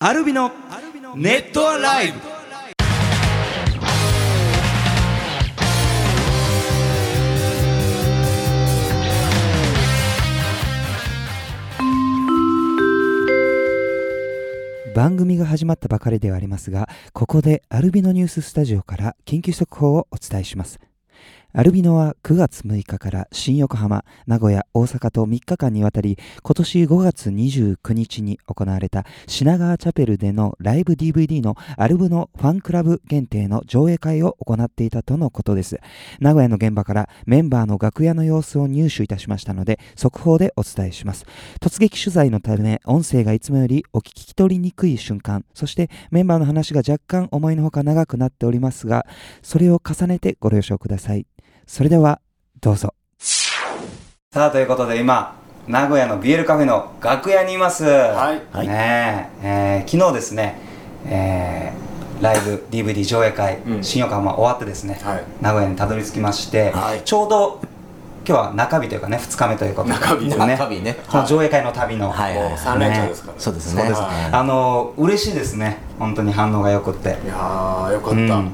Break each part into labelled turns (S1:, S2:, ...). S1: アルビのネットアライブ番組が始まったばかりではありますがここでアルビノニューススタジオから緊急速報をお伝えしますアルビノは9月6日から新横浜、名古屋、大阪と3日間にわたり今年5月29日に行われた品川チャペルでのライブ DVD のアルブのファンクラブ限定の上映会を行っていたとのことです名古屋の現場からメンバーの楽屋の様子を入手いたしましたので速報でお伝えします突撃取材のため音声がいつもよりお聞き取りにくい瞬間そしてメンバーの話が若干思いのほか長くなっておりますがそれを重ねてご了承くださいそれではどうぞさあということで今名古屋のビエルカフェの楽屋にいます
S2: はい
S3: はい
S1: ねええー昨日ですね、えーライブ DVD 上映会、
S2: うん
S1: 新横浜終わってですね、
S2: はい
S1: 名古屋にたどり着きまして、
S3: はい
S1: ちょうど今日は中日というかね2日目ということで
S2: 中日
S1: ね
S3: 中日ね
S1: この上映会の旅の、
S3: はいはいはい
S2: 三連チャンですから、
S3: そうです
S1: そ
S3: ね
S1: うです、
S3: はい
S1: あのー嬉しいですね本当に反応がよくって
S2: いやーよかった、
S1: う
S2: うんん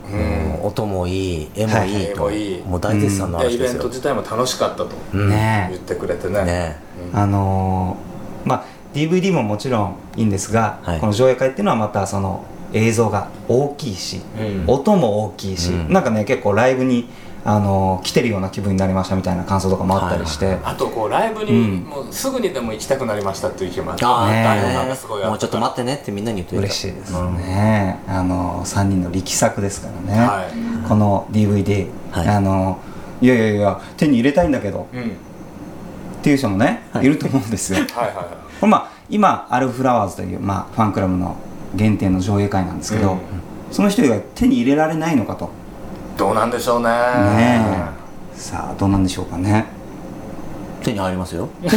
S3: うん音もいい絵も
S1: はい
S3: いい
S2: 絵
S3: と、
S2: もいい
S3: もう大絶賛の
S2: で
S3: 話
S2: イ
S3: で
S2: ベ
S3: す
S2: ント
S3: よ、
S2: 自体も楽しかったと
S3: うん
S1: ね
S2: 言
S1: え
S2: ってくれてね
S3: ね
S2: うん
S1: あのーまあ DVD ももちろんいいんですが、
S3: はい
S1: この上映会っていうのはまたその映像が大きいし、
S2: うん
S1: 音も大きいし、
S3: うん
S1: なんかね結構ライブに、あのー来てるような気分になりましたみたいな感想とかもあったりして、
S2: あとこうライブに、
S1: うん
S2: もうすぐにでも行きたくなりましたっていう日もあって
S3: ああ、
S1: ねえ
S2: 大
S3: 大
S2: 変
S3: 変
S2: な
S3: だ
S2: ん
S3: ね
S2: かすごいあ
S3: も
S2: っ
S3: う
S2: た
S3: ちょっと待ってねってみんなに言って
S1: 嬉しいです
S3: うん
S1: ね、あの3人の力作ですからね、
S2: は
S1: この DVD、
S3: はい
S1: あのいやいやいや手に入れたいんだけど
S2: い、うん、
S1: っていう人もね、
S3: はい
S1: い、ると思うんです よ
S2: はいはいは
S1: これまあ今アルフラワーズという、まあ、ファンクラブの限定の上映会なんですけど、
S2: うん
S1: その人以外手に入れられないのかと
S2: いどうなんでしょうね
S1: ねえさあどうなんでしょうかね
S3: 手に入りますよ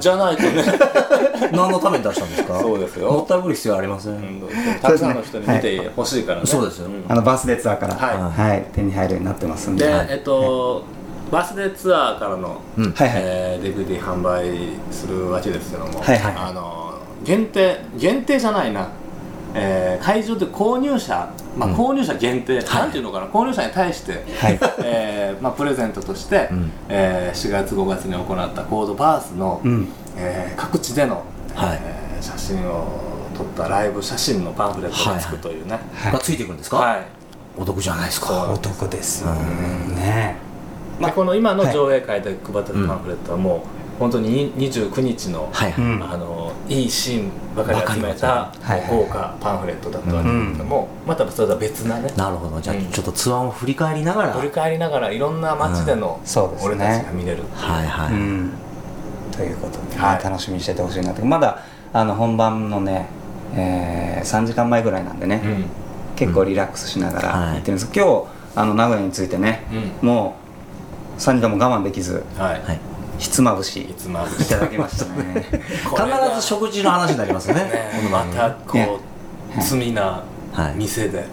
S2: じゃないとね
S3: 何のために出したんですか
S2: そうですよ
S3: もったいぶる必要ありません、
S2: うんたくさんの人に見てほしいからね
S3: そうですよ
S2: ん
S1: あのバースデーツアーから、
S2: はい
S1: はい手に入るようになってますんで
S2: で、
S1: はい
S2: えっと、バースデーツアーからの、
S3: うん
S1: はいはい
S2: えー DVD 販売するわけですけども、
S1: はいはい
S2: あの限定限定じゃないな、えー会場で購入者、まあ、購入者限定、なんていうのかな購入者に対して、
S1: はい
S2: えーまあ、プレゼントとして、
S3: うん
S2: えー4月5月に行ったコードバースの、
S1: うん
S2: えー各地での、
S3: はい
S2: えー写真を撮ったライブ写真のパンフレットがつくというね、はい
S3: がついてくるんですか、お得じゃないです
S2: そう
S3: か
S2: なん
S1: 男ですよね
S2: まあ、この今の上映会で配ってるパンフレットはもう本当に29日の、
S3: はい、
S1: うん
S2: あのいいシーンばかり集めた
S1: ばかり集めた
S2: もう豪華パンフレットだったわけですけども、またそれとは別なね
S3: なるほどじゃあ
S2: うん
S3: ちょっとツアーを振り返りながら、
S2: 振り返りながらいろんな街での
S1: んそうですね
S2: 俺たちが見れる、
S3: はいはい、
S1: うんということで、ね
S2: はい
S1: 楽しみにしててほしいなってまだあの本番のね、え3時間前ぐらいなんでね、
S2: うん
S1: 結構リラックスしながら
S3: はい
S1: 行ってるんです、今日あの名古屋についてね、もう3人とも我慢できず
S2: はい、、
S3: はいい、
S1: ひつまぶしい
S2: つまぶ
S1: ただきました ね
S3: 必ず食事の話になりますねこの
S2: ま
S3: 番組
S2: た
S1: ね
S2: こう罪な
S3: はい
S2: 店で、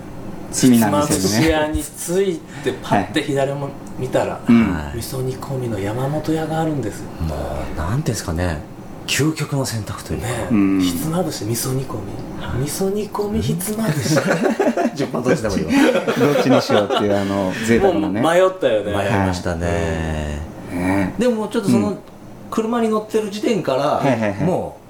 S1: 罪
S2: つ
S1: な
S2: ま
S1: ん
S2: ぶ
S1: です
S2: し
S1: よね
S2: 屋についてパッて左も見たら、
S1: うん
S3: はい
S2: 味噌煮込みの山本屋があるんですよ、
S3: もうなんていうんですかね究極の選択というか
S2: ねえ、
S1: うん
S2: ひつまぶし味噌煮込み味噌煮込みひつまぶし
S3: 順番どっちでもいいわ
S1: どっちにしようっていうあの贅沢
S2: も
S1: な
S2: う
S1: ね
S2: 迷ったよね
S3: 迷いましたね、
S1: ね
S3: でもちょっとその車に乗ってる時点から、
S1: はいはいはい
S3: もう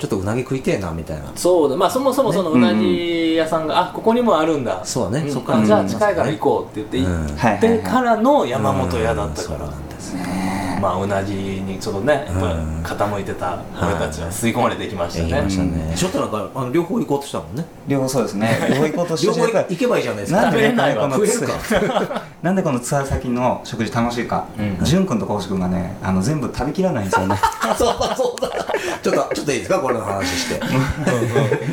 S3: ちょっとうなぎ食いてえなみたいな
S2: そうだまあそもそもそのうなぎ屋さんが、あここにもあるんだ
S3: そうだね
S2: ん
S3: そっから
S2: あじゃあ近いから行こうって言って
S3: うん
S2: 行
S1: はい
S2: っ
S1: はいはい
S2: てからの山本屋だったか
S3: う
S2: ら
S3: んそうなんですね
S2: まあうなぎにちょっとねやっ
S3: うん
S2: ぱ傾いてた俺たちは吸い込まれていきました
S3: 行き
S2: ね
S3: ました
S1: う
S3: ねちょっとなんかあの両方行こうとしたもんね
S1: 両方そうですね両方行こうとして
S3: 両方
S1: るか
S3: 行けばいいじゃないです
S1: な
S3: か
S1: んで
S2: 食べれないわ
S1: この
S3: 食えるか
S1: ツアー なんでこのツアー先の食事楽しいか
S2: うん
S1: 潤、くん、君とこうし君がねあの全部食べきらないんです よね
S3: そうだそうだちょっとちょっといいですかこれの話して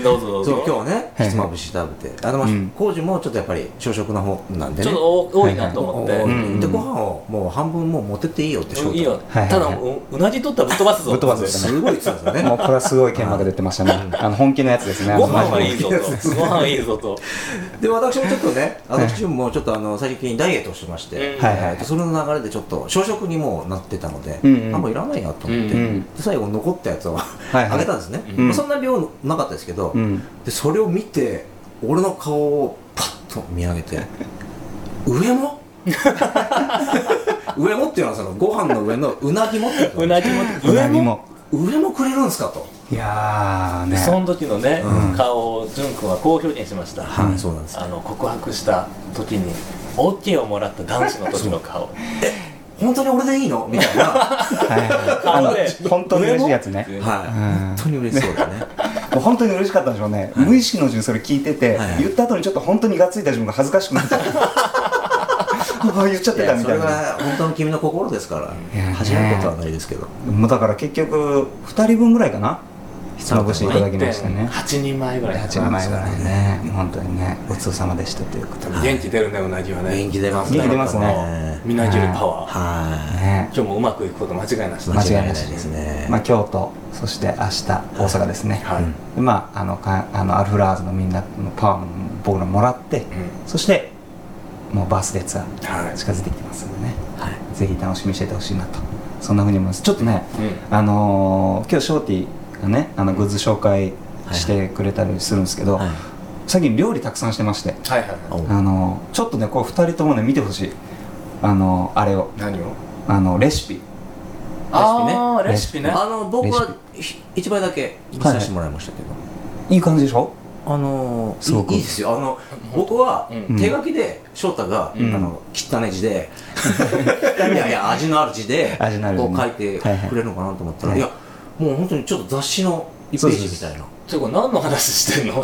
S2: どうぞどう
S3: そ
S2: ぞ
S3: う今日ねひつまぶし食べてあでも
S1: うん
S3: 工事もちょっとやっぱり小食な方なんで
S2: ちょ
S3: ね
S2: っと多多いなと思って、
S1: はいはい
S3: でご飯をもう半分もう持ってっていいよって仕事
S2: いいよ、
S1: はいはいはい
S2: ただううなじ取ったらぶっ飛ばすぞ
S1: ぶっ飛ばす
S3: すごいって言ってたんですよ
S1: も
S3: ね
S1: うこれはすごい剣幕出てましたね。あの本気のやつですね。
S2: ご飯はいい ぞ
S1: ぞ。
S2: とご飯いいぞと
S3: で私もちょっとね
S1: はい
S3: 私もちょっとあの最近ダイエットをしてまして、
S2: うん
S1: はいはい
S3: えーとその流れでちょっと小食にもうなってたので、
S1: うんうん
S3: あんまいらないなと思って、
S1: う
S2: うん
S3: で。最後残ったやつを
S1: はい
S3: あ
S1: は
S3: げ
S1: い。
S3: たんですね、
S1: うん
S3: まあそんな量なかったですけど、
S1: うん。
S3: でそれを見て俺の顔をパッと見上げて「上も? 」上もっていうのはそのご飯の上のうなぎもってこと
S2: うなじも
S1: うなぎ
S2: も
S1: も。
S3: 上もくれるんですかと、
S1: いやーね。
S2: その時のね、
S3: うん
S2: 顔を潤君はこう表現しました、
S1: はい
S3: そうなんです
S2: あの告白した時に OK をもらった男子の時の顔
S3: 本当に俺でいいのみたい なは
S1: はいはいあ
S2: あのね
S1: の本当に嬉しいやつね。
S3: い
S2: 上
S3: 本当に嬉しそうだね
S1: もう本当に嬉しかったんでしょうね。無意識のうちにそれ聞いてて
S3: はい、
S1: 言った後にちょっと本当にがついた自分が恥ずかしくなっちゃった。ああ言っ ちゃっ
S3: い
S1: てた
S3: や
S1: み
S3: そ
S1: た
S3: れ
S1: いな。
S3: が本当の君の心ですか
S1: いやね
S3: ら始めることはないですけど
S1: もうだから結局二人分ぐらいかな。ひつまぶしいただきましたね。
S2: 8人前ぐらい
S1: 八万前ぐらいね。本当にね、ごちそうさまでしたということで。
S2: 元気出るねうなぎはね
S3: 元気出ます
S1: ね元気出ますね
S2: みなぎるパワー、
S3: は
S1: ね
S2: 今日もうまくいくこと間違いなしだ
S1: 間違いない
S3: ですね
S1: まあ、京都そして明日大阪ですね、
S2: はい、うん
S1: でまああのかあのアルフラーズのみんなのパワーも僕らもらってそしてもうバースデーツアー
S2: はい
S1: 近づいてきてますんでね、
S3: はい
S1: ぜひ楽しみにしててほしいなとそんなふうに思いますちょっとね、あのー今日ショーティがねあのグッズ紹介してくれたりするんですけど、
S3: はい
S1: 最近料理たくさんしてまして、
S2: はいはいはい
S3: お
S1: あのーちょっとねこう2人ともね見てほしいあのーあれを
S2: 何を
S1: あのレシピ
S2: あーレシピね
S3: あの僕はひ一杯だけ見させてもらいましたけど、
S1: いい感じでしょ
S3: あの
S1: すごく
S3: いいいですよあの僕は
S2: うん
S3: 手書きで翔太が、
S1: うん
S3: あの汚い 字でいやいや味のある字で
S1: 味のある字ね
S3: こう書いて
S1: はいはい
S3: くれるのかなと思ったら、
S1: はい
S3: いやもう本当にちょっと雑誌の1ページみたいな
S2: ちょこれ何の話してんの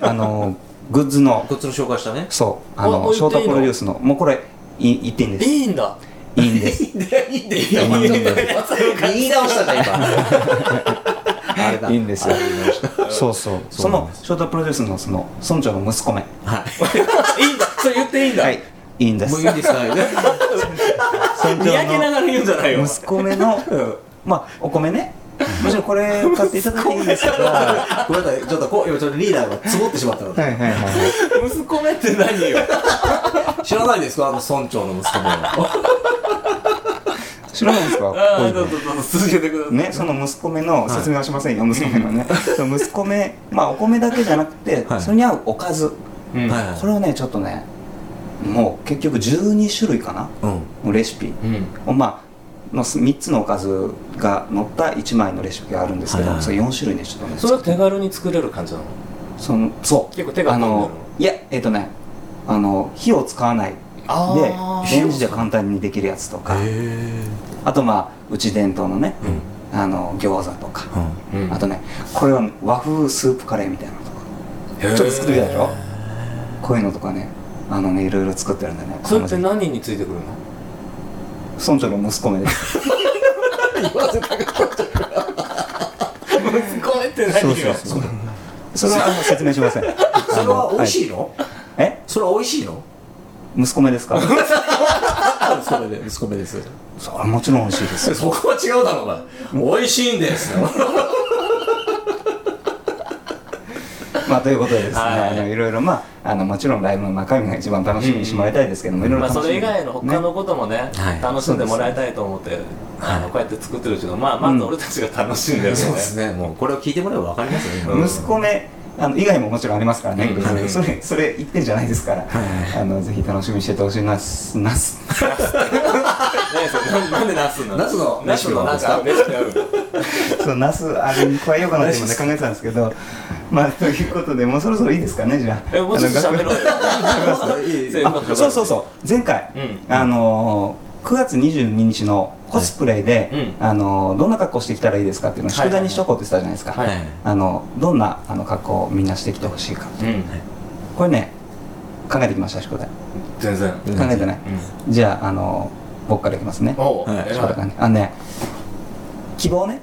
S1: あのグッズの
S3: こっちの紹介したね
S1: そうあの
S2: お
S1: ショ
S2: 置
S1: ー
S2: いていいの
S1: トプロデュースのもうこれい言っていいんで
S2: い
S1: す
S2: いんだ
S1: いいんです
S2: いいんだいいんだ
S1: いいんだ
S2: いいんだ
S3: 言い直したじゃ ん今あれだ
S1: いいんですよ
S3: あれ言い直した
S1: そうそうそのショートプロデュースのその村長の息子め
S3: はい
S2: それ言っていいんだ、
S1: はいいいんです
S3: もういいんです か
S1: 村
S2: 見上げながら言うんじゃないよ
S1: 息子めのまあお米ねもちろんこれ買っていただいていいんですけどは
S3: ごめんなさいちょっとこう今ちょっとリーダーがつぼってしまったの
S1: いはいはいはい
S2: 息子めって何よ
S3: 知らないですかあの村長の 息子も
S1: 知らないですか
S2: ああどうぞどうぞ続けてください
S1: ね、その息子めの説明はしませんよ、息子めのねその息子めまあお米だけじゃなくて、
S3: はい
S1: それに合うおかず
S2: うん
S3: はいはい
S1: これをねちょっとねもう結局12種類かな
S3: うん
S1: のレシピ
S2: うん
S1: まあ、の3つのおかずが乗った1枚のレシピがあるんですけど、
S3: はいはい
S1: それ4種類ねちょっとね
S2: それは手軽に作れる感じなの
S1: そのそう
S2: 結構手
S1: あ
S2: が込んでる
S1: のいやえっ、とねあの火を使わないで
S2: あー
S1: レンジで簡単にできるやつとか
S3: え
S1: あとまあうち伝統のね
S3: えうん
S1: あの餃子とか、
S2: うん
S1: あとねこれは和風スープカレーみたいなのとか
S2: ち
S1: ち
S2: ょ
S1: ょっと作ってみたでしょこういうのとかねあのねいろいろ作ってるんでね
S2: それって
S1: 村
S2: 何についてくるの
S1: 長の息子めです
S2: 息子めって
S1: そうそうそうそれはあの説明しま せん
S3: それは美味しい
S1: い
S3: の、
S1: え
S3: それは美味しいの
S1: 息子めですか
S3: あ息子で息子です
S1: それはもちろん美味しいですよ
S3: そこは違うだろうが美味しいんですよ
S1: まあということでですね、
S2: はい
S1: い、あのいろいろまああのもちろんライブの中身が一番楽しみにしてもらいたいですけども、いろいろ
S2: まあ、
S1: 楽し
S2: そ
S1: み
S2: れ以外の他のこともね
S3: はい
S2: 楽しんでもらいたいと思って、あのこうやって作ってるうちの、まあ、まず俺たちが楽しんでるよね、
S3: そうですねもうこれを聞いてもらえば分かりますよ
S1: ね、息子めあの以外ももちろんありますからね、
S2: うん
S1: グループそれそれ一点じゃないですから、
S3: は
S1: あのぜひ楽しみにしててほしいなすなす
S2: 何それなんなんでナスの
S3: ナスの
S2: ナスのなんかレシピある
S1: そのなすあれに加えようかなって今ね考えてたんですけどまあということでもうそろそろいいですかねじゃあ
S2: えもうちょっと喋ろうよ
S3: い
S2: あ
S1: あそうそうそう前回、
S2: うん
S1: あのー9月22日のコスプレで、
S2: はいうん
S1: あのーどんな格好してきたらいいですかっていうのを
S2: はい
S1: 宿題にしとこうって言ってたじゃないですか、
S2: はい
S1: あのどんなあの格好をみんなしてきてほしいか
S2: うん
S1: これね考えてきました宿題
S2: 全然
S3: うん
S1: 考えてない、じゃああのー僕からいきますね
S2: うんおう
S3: はい
S2: 偉
S1: 翔太がねあのね希望ね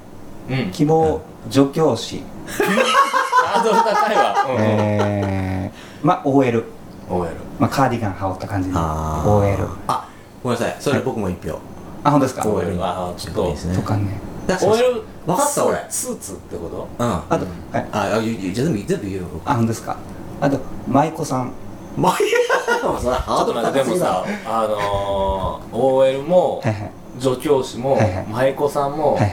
S2: いうん
S1: 希望助教師、
S2: ハードル高いわうん
S1: えー、まあ OL、
S2: OL
S1: まあ、カーディガン羽織った感じで
S3: あー
S1: OL
S3: あごめんなさいそれ僕も一票
S1: あ本当ですか
S3: こう OL
S2: あーちょっと
S3: ね
S1: とかね
S3: だから
S2: OL
S3: わかった俺
S2: スーツってこと
S3: うん
S1: あとはい
S3: ああいいいいじゃあ全部全部言うよ
S1: あ本当ですかあと舞妓さん
S3: まあいやもうさ
S2: ちょっと待ってでもさあのー、OL も
S1: はいはい
S2: 助教師も
S1: はいはい
S2: 舞妓さんも
S1: はいはい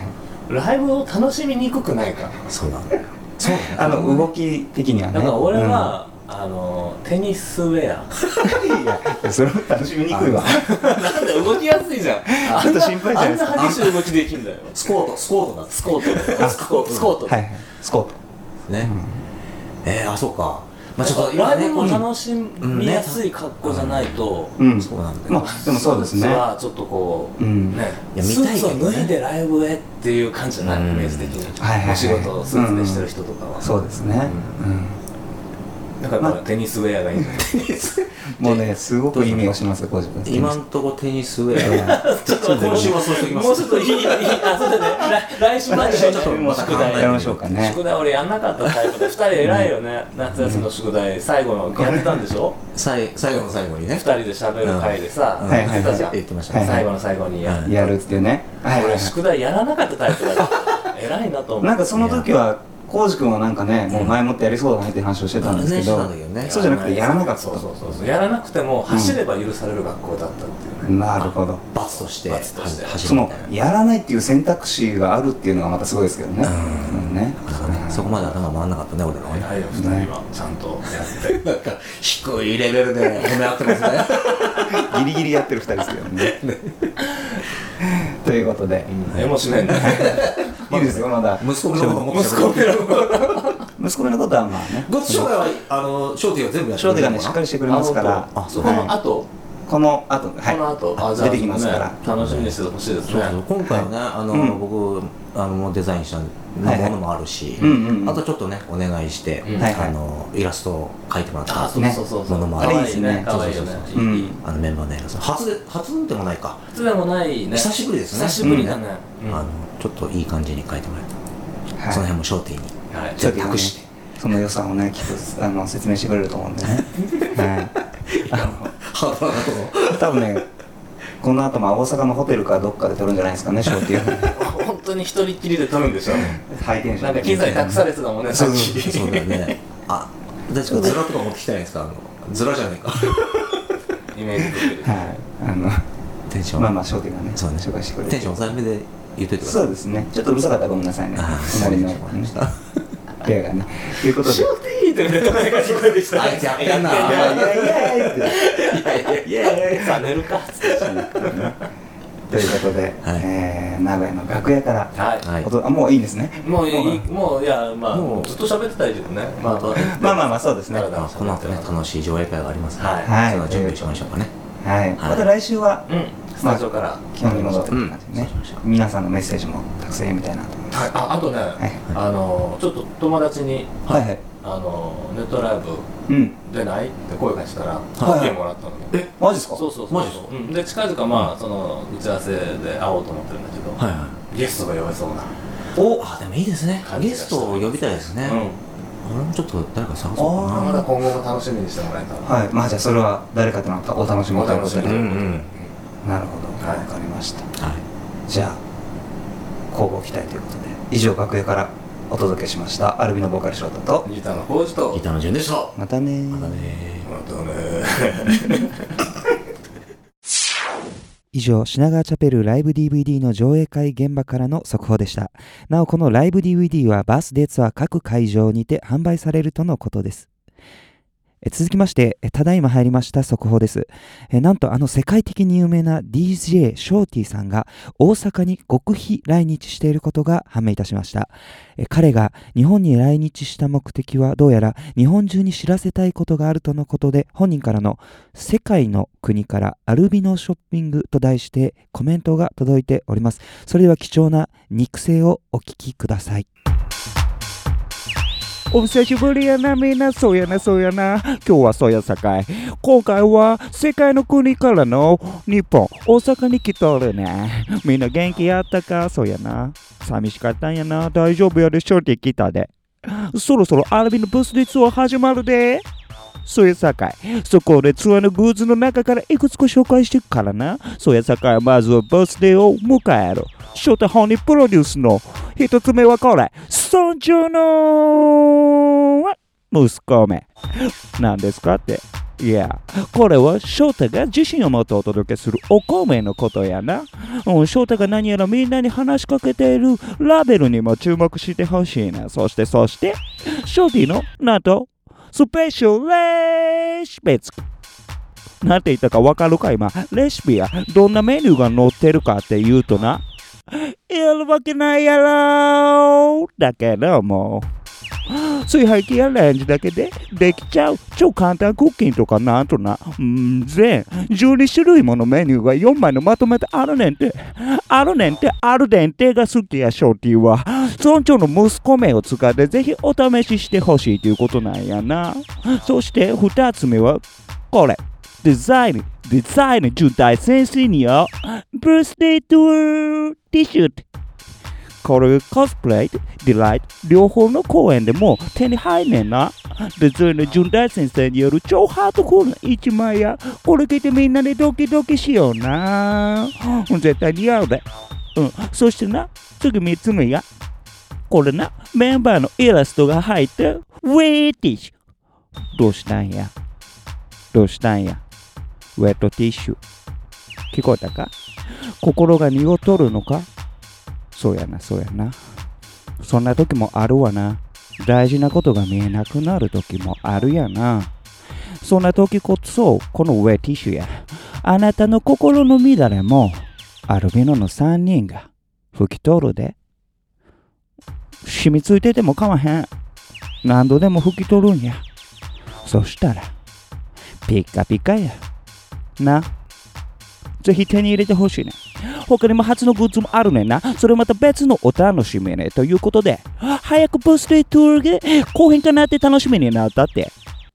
S2: ライブを楽しみにくくないか
S3: そうなんだよそうなん
S1: あ
S3: だよ
S1: の動き的にはね
S2: だから俺は、あのー、テニスウェア
S1: うんいやいやそれも楽しみにくいわ
S2: なんで動きやすいじゃん
S1: ちょっと心配じゃないですか
S2: あんな激しい動きできるんだよ
S3: スコートスコートだ
S2: スコートスコートスコート、
S1: はいはいスコート
S3: ね、えー、あそうかまあちょっと今
S2: ライ
S3: ね
S2: ブも
S3: こ
S2: 楽しみやすい格好じゃないと、
S1: うん
S3: そうなんだよ
S1: まあでもそうですね
S2: 実はちょっとこう、
S1: うん
S2: ね
S3: いや見
S2: ス
S3: たい
S2: ー
S3: け
S2: ツ
S3: ど
S2: を
S3: ね
S2: 脱いでライブへっていう感じじゃない、
S3: うん
S2: イメージ的に、
S1: はいはいはい
S2: お仕事をスーツでしてる人とかは、
S1: そうですねうん
S2: だからやっぱ
S1: ま
S2: テニスウェアがいいんじゃない
S1: もうねすごく意味がしますご自分
S3: 今んとこテニスウェア
S2: ちょっと
S3: 今週はそうしておきます
S2: もうちょっといい、いい、あ、そうだね。来来週まで
S3: 来週はちょっと
S2: もう宿題
S1: やりましょうかね
S2: 宿題俺やんなかったタイプで、二人偉いよね。夏休みの宿題、最後のやってたんでしょ
S3: 最最後の最後にね
S2: 二人で喋る会でさ、
S3: うん
S1: はいはい
S2: 言ってたじゃん
S3: 言ってました
S1: はい
S2: 最後の最後にや
S3: はい
S1: やるっていうねはいはい
S2: 俺
S1: は
S2: 宿題やらなかったタイプだ から。偉いなと
S1: い
S2: 思
S1: なん
S2: う。
S1: かその時は浩司君はなんかねもう前もってやりそうだねって話をしてたんですけ
S3: う
S1: ど
S3: んねしてたんだけどね
S1: そうじゃなくてやらなかった
S2: そうそ
S1: と
S2: うそうそう。やらなくても走れば許される学校だったっていうね。
S1: なるほど
S3: 罰として
S2: 罰として
S3: は走
S1: そ
S3: るみ
S1: の
S3: たいな
S1: やらないっていう選択肢があるっていうのがまたすごいですけどね
S3: うん
S1: うんね
S3: だからねそこまで頭回んなかったね俺らはね
S2: 偉いよ、二人は。ちゃんとやって。
S3: なんか低いレベルで褒め合ってますね
S1: ギリギリやってる2人ですけどね ということで
S2: え、もしねえんだよ。
S1: いいですよまだ
S3: 息子のことも息子
S1: 息子のことはまあね
S3: ごっち将来はあのショーティーは全部やって
S1: 翔太がねしっかりしてくれますから
S3: あそう
S2: こ
S3: か
S2: の後、
S1: この後はい
S2: この後、あじゃあ
S1: 出てきますから
S2: ね楽しみにしててほしいです
S3: そう
S2: ね
S3: そう今回はね、あの、
S1: うん
S3: 僕あのもうデザインした
S1: はいはい
S3: ものもあるし、
S1: うんうんうん
S3: あとちょっとねお願いして、
S2: うん
S1: はいはい
S3: あのイラストを描いてもらった
S2: あそうそうそうそう
S3: ねものもあ
S2: 可
S3: る
S2: 愛
S1: あれいいですね
S2: 可愛いよね
S3: そうそう
S1: そううん
S2: いい
S3: あのメンバーのイラスト初で初でもないか、
S2: いつでもないね
S3: 久しぶりですね
S2: 久しぶりだね
S3: う
S2: うん
S3: んあのちょっといい感じに描いてもらった、その辺も商店に
S2: はい
S1: ちょっ
S3: 全部
S1: と
S3: 隠して
S1: その予算をねきっとあの説明してくれると思うんでね、はい、あ
S3: ハードなとこ
S1: の多分ねこの後まあ大阪のホテルかどっかで撮るんじゃないですかねショーっていう
S2: 本当に一人っきりで撮るんでしょ
S1: ハイテンション
S2: なんか機材託されてたもんねさっき
S3: そうだよねあ確かズラとか持ってきてないですかあのズラじゃないか
S2: イメージできる
S1: はいあの
S3: テンション
S1: まあまあショーテがね
S3: そうね
S1: 紹介してくれる
S3: テンション抑えめで言っといてくださ
S1: そ
S3: いう
S1: ですねちょっとうるさかったらごめんなさいね
S3: あ
S1: 隣の
S3: そうで
S1: ね
S3: すね
S1: 部屋がねということで
S2: いいってめっちゃ声が聞こえてきた
S3: あいつやってん
S1: 「
S3: な
S1: いやいやいやいや」
S2: いやいやさあ寝るか
S1: ということで、
S3: はい
S1: えー名古屋の楽屋から、
S2: は
S3: はい
S1: おとあもういいんですね
S2: いもういいもういやま
S3: も
S2: あ
S3: う
S2: ずっと喋ってたいけどねまあ
S1: まあまあまあそうですね
S2: なるほど
S1: は
S3: まあこの後ね楽しい上映会がありますから、
S2: はい
S1: はい
S3: その準備しましょうかね、
S1: い、また来週は
S2: うんスタジオから
S1: 基本に戻ってくる感じでね、
S3: う
S1: 皆さんのメッセージもたくさん読みたいなと思います
S2: はいああとね
S1: い
S2: あのちょっと友達に
S1: はいはい
S2: あのネットライブ
S1: うん
S2: 出ないって声がしたら
S1: い
S2: 来てもらったの
S3: え
S1: マジですか
S2: そうそうそう
S3: マジですか
S2: うんで近々まあその打ち合わせで会おうと思ってるんだけど、
S3: はいはい
S2: ゲストが呼べそうな、
S3: おあでもいいですね
S2: 感じ
S3: ゲ
S2: がし
S3: ス
S2: た
S3: トを呼びたいですね、俺もちょっと誰か探そう
S2: うん、
S3: か
S2: まだ今後も楽しみにしてもらえたら、
S1: はいまあじゃあそれは誰かとまたお楽しみということで
S2: お楽し
S3: な
S2: み
S3: うんうん
S1: なるほどわ、
S2: はい
S1: かりました
S3: はい
S1: じゃあ交互期待ということで以上楽屋からお届けしましたアルビのボーカルショートと
S2: ギターの工事と
S3: ギターの順でした
S1: またねー
S3: またね
S2: またね
S1: 以上、品川チャペルライブ DVD の上映会現場からの速報でした。なお、このライブ DVD はバースデーツアー各会場にて販売されるとのことです。え続きまして、えただいま入りました速報です。えなんと、あの世界的に有名な DJ ショーティーさんが大阪に極秘来日していることが判明いたしました。え彼が日本に来日した目的はどうやら日本中に知らせたいことがあるとのことで、本人からの世界の国からアルビノショッピングと題してコメントが届いておりますそれでは貴重な肉声をお聞きください
S4: お久しぶりやな、みんな、そうやな、そうやな。今日はそうやさかい。今回は世界の国からの日本、大阪に来とるね。みんな元気やったか、そうやな。寂しかったんやな、大丈夫やで、ショーティー来たで。そろそろアルビのブースでツアー始まるで。そうやさかい。そこでツアーのグッズの中からいくつか紹介していくからな。そうやさかい、まずはバースデーを迎える。ショートホニープロデュースの一つ目はこれ。尊重の息子め。何ですかって。いや、これは翔太が自信を持ってお届けするお米のことやな。うん、翔太が何やらみんなに話しかけているラベルにも注目してほしいな。そしてそして、ショーティの、なんと、スペシャルレシピ付きなんて言ったかわかるか今、レシピやどんなメニューが載ってるかって言うとな、やるわけないやろだけどもう。炊飯器やレンジだけでできちゃう超簡単クッキンとかなんとなうん全12種類ものメニューが4枚のまとめてあるねんてあるねんてあるねんてが好きやショーティーは村長の息子名を使ってぜひお試ししてほしいということなんやなそして2つ目はこれデザインデザイン重大先生によブースデートゥー T シャツこれコスプレイディライト両方の公演でも手に入んねんなデザインの純大先生による超ハードコールな一枚やこれ着てみんなでドキドキしような絶対似合うで、うん、そしてな次3つ目がこれなメンバーのイラストが入ってウェイティッシュどうしたんやどうしたんやウェットティッシュ聞こえたか心が濁っとるのかそうやなそうやなそんな時もあるわな大事なことが見えなくなる時もあるやなそんな時こそこのウェイティッシュやあなたの心の乱れもアルビノの3人が吹き取るで染みついててもかまへん何度でも拭き取るんやそしたらピッカピカやなぜひ手に入れてほしいね他にも初のグッズもあるねんなそれまた別のお楽しみねということで早くブースデートゥールで後編かなって楽しみになったって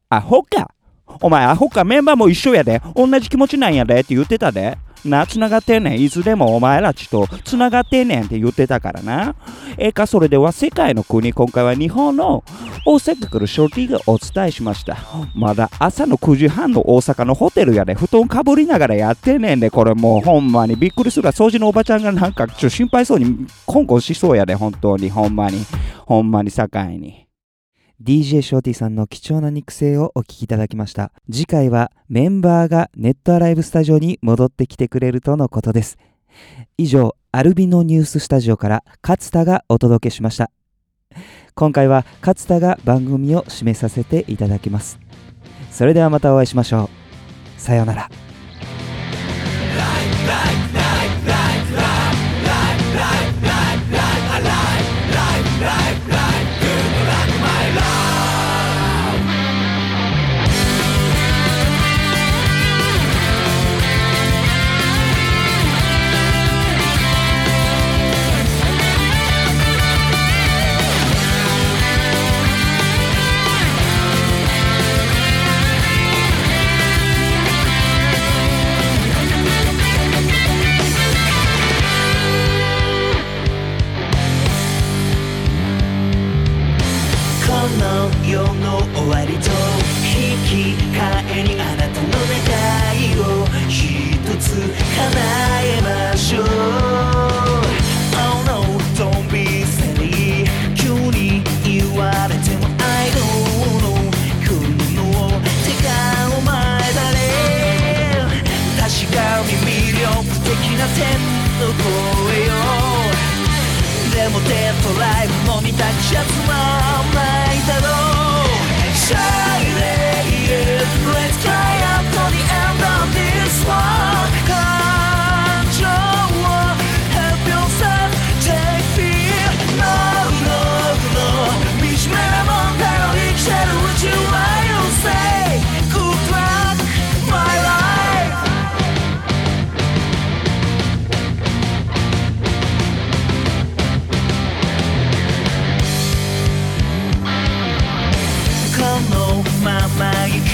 S4: アホかお前アホかメンバーも一緒やで同じ気持ちなんやでって言ってたでなつながってんねんいつでもお前らちとつながってんねんって言ってたからなええかそれでは世界の国今回は日本の大阪からショーティーがお伝えしましたまだ朝の9時半の大阪のホテルやで布団かぶりながらやってんねんでこれもうほんまにびっくりするわ掃除のおばちゃんがなんかちょっと心配そうにコンコンしそうやで本当にほんまにほんまに境に。
S1: DJ ショーティさんの貴重な肉声をお聞きいただきました次回はメンバーがネットアライブスタジオに戻ってきてくれるとのことです以上アルビノニューススタジオから勝田がお届けしました今回は勝田が番組を締めさせていただきますそれではまたお会いしましょうさようなら
S5: この世の終わりと引き換えにあなたの願いを一つ叶えましょう Oh no, don't be silly 急に言われても I don't know 来るのを手がお前だね確かに魅力的な天の声よでもデッドライブもみたくちゃつまんないだろう Shine it, let's fly up to the end of this one 感情を Help yourself, take fear No, no, no 惨めな問題を生きてるうちは You say good luck, my life このまま行く